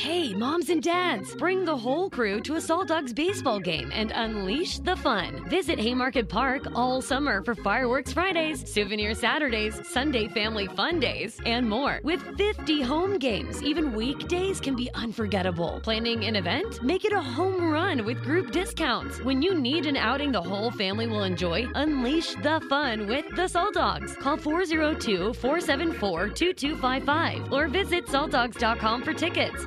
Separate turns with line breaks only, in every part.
Hey, moms and dads, bring the whole crew to a Salt Dogs baseball game and unleash the fun. Visit Haymarket Park all summer for fireworks Fridays, souvenir Saturdays, Sunday family fun days, and more. With 50 home games, even weekdays can be unforgettable. Planning an event? Make it a home run with group discounts. When you need an outing the whole family will enjoy, unleash the fun with the Salt Dogs. Call 402 474 2255 or visit saltdogs.com for tickets.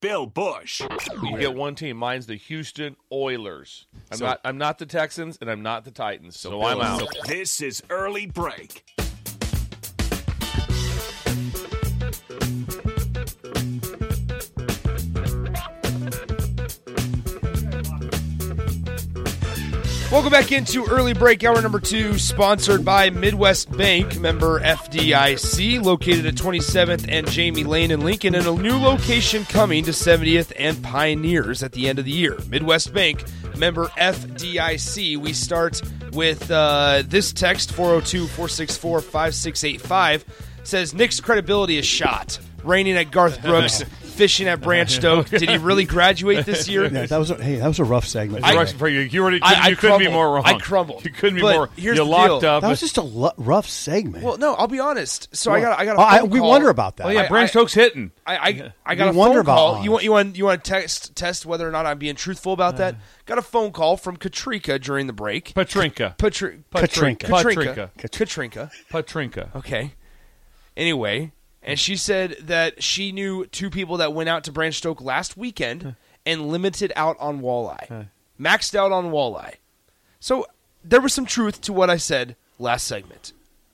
Bill Bush.
You get one team. Mine's the Houston Oilers. I'm not. I'm not the Texans, and I'm not the Titans. So, I'm out.
This is Early Break.
Welcome back into early break hour number two, sponsored by Midwest Bank, member FDIC, located at 27th and Jamie Lane in Lincoln, and a new location coming to 70th and Pioneers at the end of the year. Midwest Bank, member FDIC. We start with uh, this text 402 464 5685 says Nick's credibility is shot. Raining at Garth Brooks, fishing at Branch Stoke. Did he really graduate this year?
yeah, that was a, hey, that was a rough segment.
I-
Rush for you. You, already,
I- I
you couldn't be
crumbled.
more wrong.
I crumbled.
You couldn't be
But
more.
here's
you
the
locked
deal.
up.
that was just a lo- rough segment.
Well, no, I'll be honest. So I got I got a
Oh, I-
phone
we
call.
wonder about that.
oh yeah,
I-
Branch
I-
Oaks hitting.
I I, I got
We
a
wonder
phone
about
call.
honest.
You want you want you want to text test whether or not I'm being truthful about that? Got a phone call from Katrinka during the break.
Patrinka.
Patri-
Katrinka.
Katrinka.
Katrinka.
Katrinka.
Patrinka.
Okay. Anyway, and she said that she knew two people that went out to Branch Stoke last weekend and limited out on walleye, maxed out on walleye. So there was some truth to what I said last segment.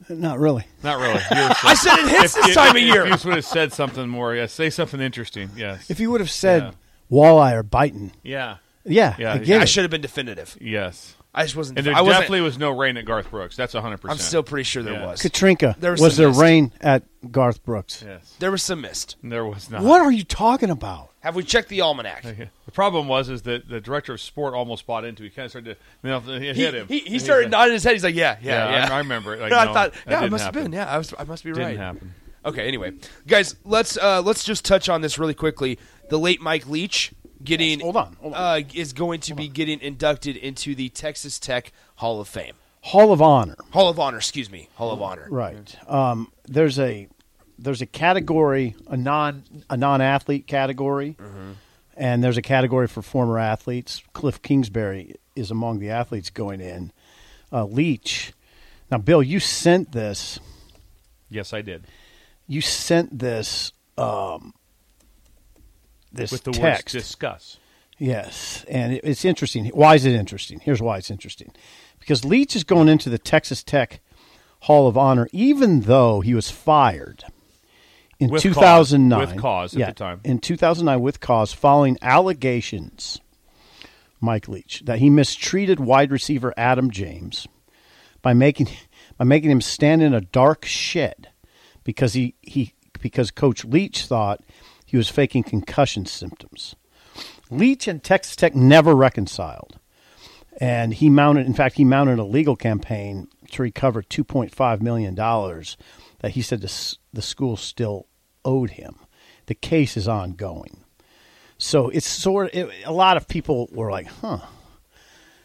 Not really.
Not really. You were-
I said it hits this
if-
time of
if
year.
You would have said something more. Yeah, say something interesting. Yes.
If you would have said walleye or biting,
yeah.
yeah,
Yeah,
I get
I
it.
should have been definitive.
Yes.
I just wasn't.
And there
I wasn't-
definitely was no rain at Garth Brooks. That's 100%.
I'm still pretty sure there
Yeah.
was.
Katrinka,
There was
was,
some
there
mist.
rain at Garth Brooks?
Yes.
There was some mist.
There was not.
What are you talking about?
Have we checked the almanac?
Yeah. The problem was is that the director of sport almost bought into. it. He kind of started to. You know, it
He,
hit him.
he, he
And
started
like-
nodding his head. He's like, "Yeah, yeah,
Yeah,
yeah."
I- I remember it. Like,
And I
no,
thought,
that
"Yeah, it
didn't
must have been.
happen.
Yeah, I, was, I must be
Didn't
right."
happen.
Okay. Anyway, guys, let's uh, let's just touch on this really quickly. The late Mike Leach getting
Yes, hold on, hold on.
Uh, is going to be getting inducted into the Texas Tech Hall of Fame,
Hall of Honor.
Hall of Honor. Excuse me, Hall of Honor.
Right. Um, there's a there's a category a non a non athlete category,
Mm-hmm.
and there's a category for former athletes. Cliff Kingsbury is among the athletes going in. Uh, Leach. Now, Bill, you sent this.
Yes, I did.
You sent this. Um, this
With the
text.
words discuss.
Yes, and it, it's interesting. Why is it interesting? Here's why it's interesting: because Leach is going into the Texas Tech Hall of Honor, even though he was fired in
With cause.
2009
With cause at
Yeah,
the time.
in 2009 with cause, following allegations, Mike Leach that he mistreated wide receiver Adam James by making by making him stand in a dark shed because he, he because Coach Leach thought he was faking concussion symptoms. Leach and Texas Tech never reconciled. And he mounted in fact he mounted a legal campaign to recover 2.5 million dollars that he said the, s- the school still owed him. The case is ongoing. So it's sort of it, a lot of people were like, "Huh.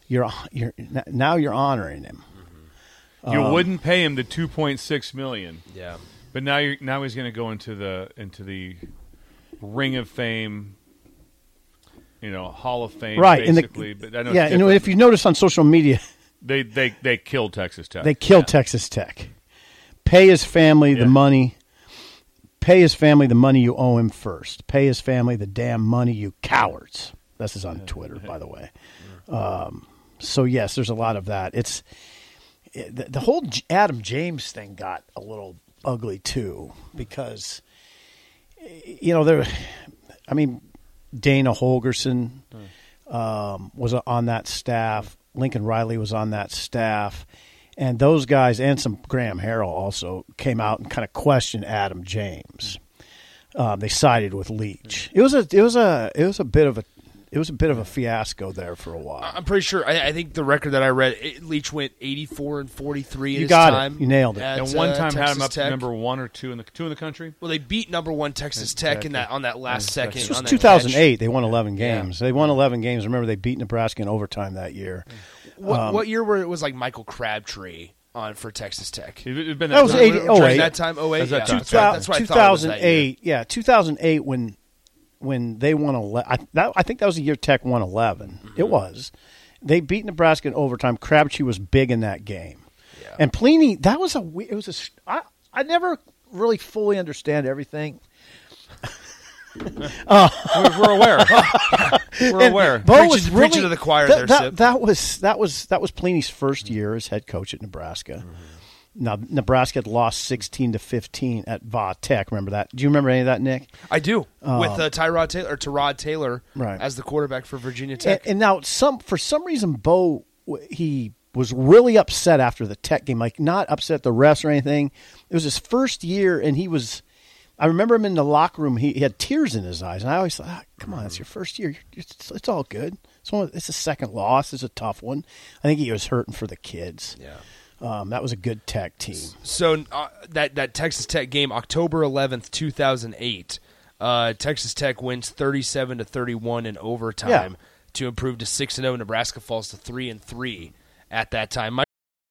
You're you're now you're honoring him."
You
Um,
wouldn't pay him the 2.6 million.
Yeah.
But now you're now he's going to go into the into the ring of fame. you know, Hall of Fame,
right? And
Basically,
the,
but I know
yeah,
it's
and
different.
if you notice on social media,
they they they killed Texas Tech,
they killed
Yeah.
Texas Tech. Pay his family
Yeah.
the money. Pay his family the money you owe him first. Pay his family the damn money, you cowards. This is on Twitter, by the way. Um, so yes, there's a lot of that. It's it- the, the whole J- Adam James thing got a little ugly too because you know there. I mean, Dana Holgerson um, was on that staff. Lincoln Riley was on that staff, and those guys and some Graham Harrell also came out and kind of questioned Adam James. Um, they sided with Leach. It was a it was a it was a bit of a it was a bit of a fiasco there for a while.
I'm pretty sure. I, I think the record that I read, it, Leach went 84 and 43. in
You
his
got it.
time
You nailed it.
at,
And one
uh,
time had him
Texas
up to
Tech.
number one or two in the two in the country.
Well, they beat number one Texas Tech in that on that last second.
This was
on that
2008. They won 11
Yeah.
games. They won 11 games. Remember, they beat Nebraska in overtime that year.
catch. What,
um,
what year were it was like Michael Crabtree on for Texas Tech?
It, it been
That was oh,
time.
80
During
08.
that time, 08.
That's that
yeah.
time.
That's what- that's what I thought it was that year.
2008. Yeah, 2008 when when they won 11. I, that, I think that was the year Tech won 11. It
Mm-hmm.
was. They beat Nebraska in overtime. Crabtree was big in that game. And Pliny, that was a we- it was a s- I I never really fully understand everything.
We're, we're aware. we're
And
aware.
Bo
Preach-
was
preach
really
to the choir
that,
there,
that-
Sip.
that was that was that was Pliny's 1st year as head coach at Nebraska.
Mm-hmm.
Now Nebraska had lost sixteen to fifteen at Va Tech. Remember that? Do you remember any of that, Nick?
I do with uh, Tyrod Taylor or Tyrod Taylor
Oh. Right.
as the quarterback for Virginia
And,
Tech.
and now some for some reason Bo w- he was really upset after the Tech game, like not upset at the refs or anything. It was his first year, and he was. I remember him in the locker room. He, he had tears in his eyes, and I always thought, ah, "Come on, it's your first year. You're- It's, it's all good. It's, one, it's a second loss. It's a tough one." I think he was hurting for the kids. Yeah, um, that was a good Tech team.
so uh, that that Texas Tech game, October eleventh, two thousand eight, uh, Texas Tech wins thirty seven to thirty one in overtime to improve to six and zero. Nebraska falls to three and three at that time.
Oh,
Mike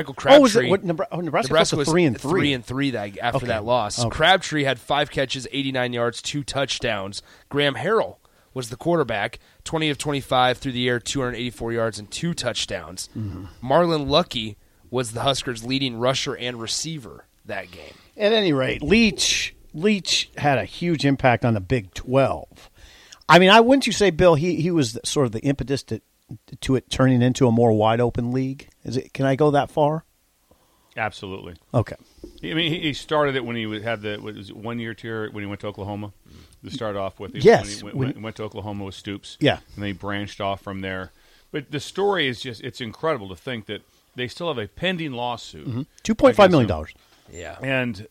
Michael
Oh, was
Crabtree.
it what, Nebra- oh, Nebraska,
Nebraska
was
was
three and three?
three and three that after
Okay.
that loss.
Okay.
Crabtree had five catches, eighty nine yards, two touchdowns. Graham Harrell was the quarterback, twenty of twenty five through the air, two hundred eighty four yards and two touchdowns.
Mm-hmm.
Marlon Lucky was the Huskers' leading rusher and receiver that game.
At any rate, Leach Leach had a huge impact on the Big Twelve. I mean, I wouldn't you say, Bill? He he was sort of the impetus to to it turning into a more wide open league. Is it? Can I go that far?
Absolutely.
Okay.
I mean, he- he started it when he was- had the what was it, one year tier when he went to Oklahoma. To start off with, He-
Yes,
when he
when-
went, went, went to Oklahoma with Stoops.
Yeah.
and then he branched off from there. But the story is just—it's incredible to think that they still have a pending lawsuit.
Mm-hmm. Two point five million dollars.
against
Yeah.
him.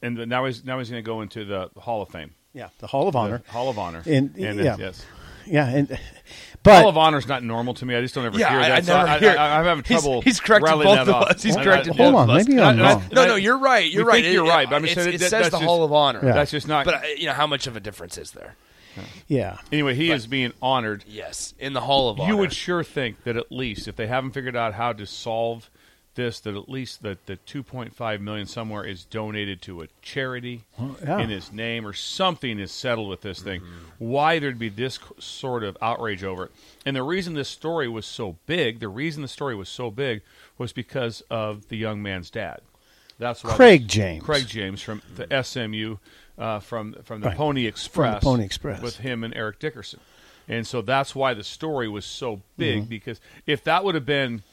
And and now he's now he's going to go into the Hall of Fame,
Yeah, the Hall of Honor.
The Hall of Honor.
And, yeah,
it's- yes.
yeah, and but
Hall of Honor's not normal to me. I just don't ever
Yeah,
hear
I-
that.
I
so
never
I,
hear it.
I, am having
He's-
trouble.
he's correcting
rattling
both
that
of
off.
us. He's
I- I-
correcting
both
both
of
of us.
us.
Hold on,
And I-
maybe I'm
and
No,
I-
no, you're right. You're
we
right.
think You're
It-
right. But I'm just
it's-
saying
it
that-
says
that's
the
just-
Hall of Honor.
Yeah.
That's just not.
But uh, you know how much of a difference is there?
yeah,
anyway, he is being honored.
Yes, in the Hall of Honor.
You would sure think that at least if they haven't figured out how to solve this, that at least that the 2.5 million somewhere is donated to a charity
yeah.
in his name or something is settled with this thing. Why there'd be this c- sort of outrage over it? And the reason this story was so big, the reason the story was so big, was because of the young man's dad. That's why
Craig James.
Craig James from the SMU, uh, from from the
Right.
Pony
From the
Express,
Pony Express.
with him and Eric Dickerson. and so that's why the story was so big
Mhm.
because if that would have been,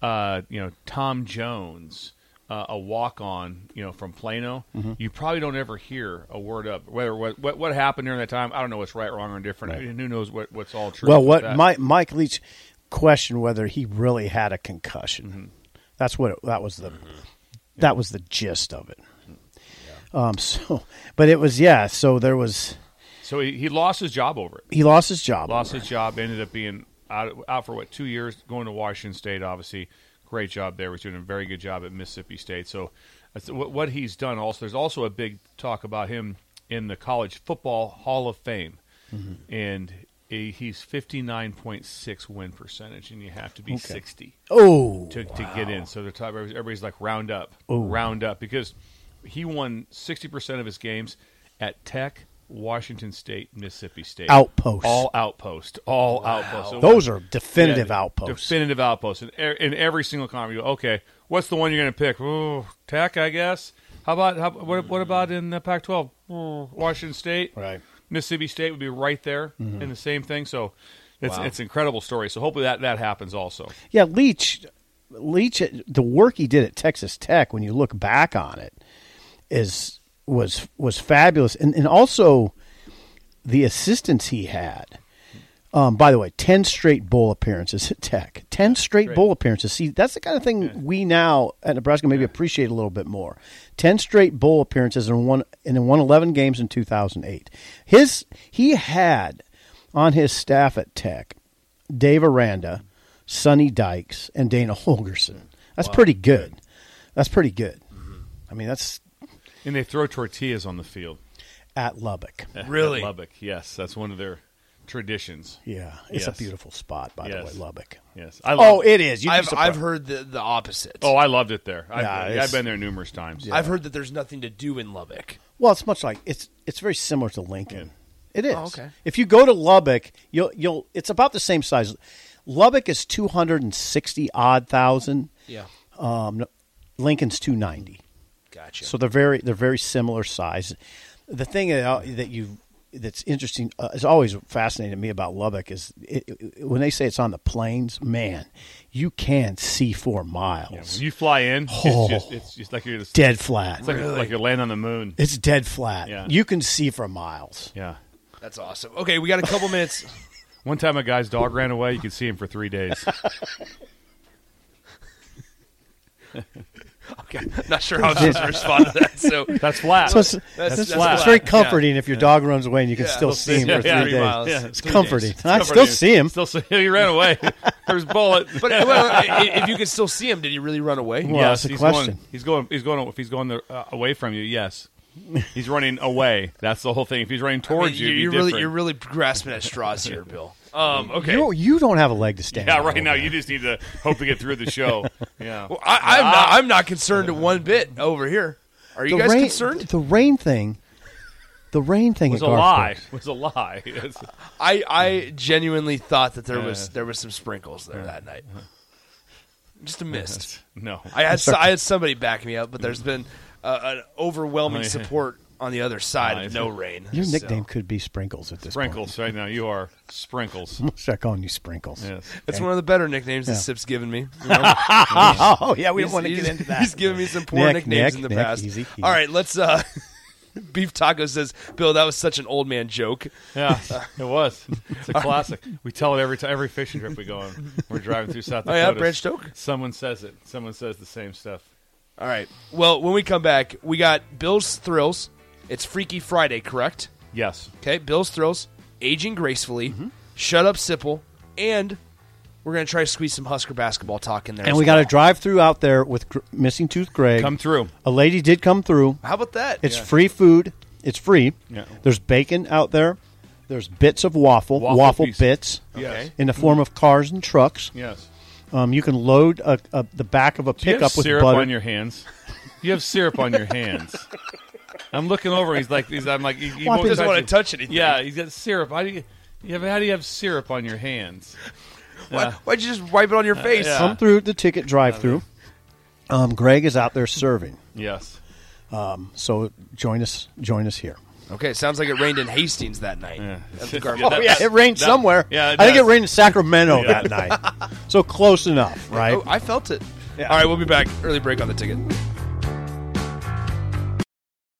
uh, you know, Tom Jones. Uh, a walk on, you know, from Plano,
Mhm.
you probably don't ever hear a word of whether what, what what happened during that time. I don't know what's right, wrong, or indifferent.
Right.
I mean, who knows what, what's all true.
Well,
about
what
that.
Mike, Mike Leach questioned whether he really had a concussion.
Mm-hmm.
That's what it, that was the that was the gist of it.
Mm-hmm.
Um. So, but it was yeah. So there was
So he, he lost his job over it.
He lost his job
Lost his job. Ended up being out, out for what two years. Going to Washington State, obviously, great job there. Was doing a very good job at Mississippi State. So that's what, what he's done. Also, there's also a big talk about him in the College Football Hall of Fame,
Mhm.
and he- he's 59.6 win percentage, and you have to be
Okay.
60.
Oh,
to, to get in. So they're talking, everybody's like round up,
Oh.
round up, because he won 60% of his games at Tech, Washington State, Mississippi State.
Outposts.
All outpost. All outposts. So
Those
what-
are definitive outposts.
Definitive outposts. And e- in every single comment, you go, okay, what's the one you're going to pick? Ooh, Tech, I guess. How about how, what, what about in the Pac-12? Ooh, Washington State,
right?
Mississippi State would be right there,
Mhm.
and the same thing. So, it's
Wow.
it's an incredible story. So hopefully that that happens also.
Yeah, Leach, Leach, the work he did at Texas Tech, when you look back on it, is was was fabulous, and and also the assistance he had. Um, by the way, ten straight bowl appearances at Tech, ten straight bowl appearances. See, that's the kind of thing we now at Nebraska maybe appreciate a little bit more. Ten straight bowl appearances and one and in one eleven games in two thousand eight. His he had on his staff at Tech Dave Aranda, Sonny Dykes, and Dana Holgerson. That's pretty good. That's pretty good.
Mm-hmm.
I mean, that's
And they throw tortillas on the field.
at Lubbock.
At
Really?
Lubbock, yes. That's one of their traditions.
Yeah, it's a
Yes.
beautiful spot, by
Yes.
the way, Lubbock.
Yes.
oh, it is. You'd be
I've, I've
surprised.
heard the, the opposite.
Oh, I loved it there. I've,
Yeah,
yeah,
it's-
I've been there numerous times.
I've heard that there's nothing to do in Lubbock.
Well, it's much like it's it's very similar to Lincoln. It is.
Oh, okay.
If you go to Lubbock, you'll you'll it's about the same size. Lubbock is two hundred and sixty odd thousand.
Yeah.
Um, Lincoln's two ninety.
Gotcha.
So they're very they're very similar size. The thing that uh, that you that's interesting uh, has always fascinated me about Lubbock is it, it- when they say it's on the plains. Man, you can see for miles.
When you fly in,
Oh.
it's, just, it's just like you're just,
Dead flat.
It's like,
Really?
like you're laying on the moon.
It's dead flat.
Yeah.
You can see for miles.
Yeah.
That's awesome. Okay, we got a couple minutes.
One time a guy's dog ran away. You could see him for three days.
okay. Not sure how I was supposed to respond to that. So
That's flat.
So it's, it's- it's very comforting if your dog runs away and you can
Yeah.
still
Still
see him
see him.
for
Yeah,
three
three
days.
miles. Yeah,
It's
three
comforting.
days.
I still
Comforting.
see him.
Still, see- he ran away. There's bullet.
But well, i- i- if you could still see him, did he really run away?
Well, that's the
he's
question.
Going, he's going. He's going. If he's going the, uh, away from you, yes. He's running away. That's the whole thing. If he's running
I mean,
towards you,
you're, you're
it'd be
really
different.
you're really grasping at straws here, Bill. Um, okay.
You, you don't have a leg to stand.
Yeah,
on
right now
over
you just need to hope to get through the show. Yeah.
Well, I, I'm not. I'm not concerned one bit over here. Are you
there. The
guys
rain-
concerned?
The rain thing. The rain thing
was
at
a lie.
Garfield.
Was a lie. It's-
I I genuinely thought that there was
Yeah.
there was some sprinkles there that night. Just a mist.
No.
I had so, I had somebody back me up, but there's been uh, an overwhelming
Oh, yeah.
support on the other side of
Nice.
no rain.
Your
so-
nickname could be Sprinkles at this
sprinkles right now. You are sprinkles.
point. Check on you, Sprinkles.
Yes.
It's one of the better nicknames that
Yeah.
Sip's given me. you know?
Oh, oh, yeah, we don't
He's-
want to
he's-
get into that.
He's given me some poor
Nick,
nicknames
Nick,
in the
Nick,
past.
easy, easy.
All right, let's. uh Beef Taco says, "Bill, that was such an old man joke."
Yeah, it was. It's a classic. We tell it every time, every fishing trip we go on. We're driving through South
Oh,
Dakota.
yeah, Branch Stoker?
Someone says it. Someone says the same stuff.
All right. Well, when we come back, we got Bill's Thrills. It's Freaky Friday, correct?
Yes.
Okay, Bill's Thrills, Aging Gracefully,
Mm-hmm.
Shut Up Sipple, and we're going to try to squeeze some Husker basketball talk in there.
And
as
we got
well.
a drive through out there with gr- Missing Tooth Greg.
Come through.
A lady did come through.
How about that?
It's free food. It's free.
Yeah.
There's bacon out there. There's bits of waffle, waffle,
Waffle pieces.
bits,
Yes.
in the form of cars and trucks.
Yes.
Um, you can load a, a, the back of a
Do you
pickup
have
with
syrup
butter.
on your hands? You have syrup on your hands. I'm looking over. He's like, he's, I'm like, he,
Well,
he
I
won't
think-
Doesn't wanna
it.
touch anything.
Yeah, he's got syrup. How do you, you have, how do you have syrup on your hands?
Why, why'd you just wipe it on your face?
yeah.
Come through the ticket drive-through. Um, Greg is out there serving,
Yes.
so join us. Join us here.
Okay, it sounds like it rained in Hastings that night. At the Garden.
oh, yeah, it rained
That-
somewhere.
yeah, it
I think it
does.
rained in Sacramento
Yeah.
that night. So close enough, right?
Oh, I felt it. All right, we'll be back. Early break on the ticket.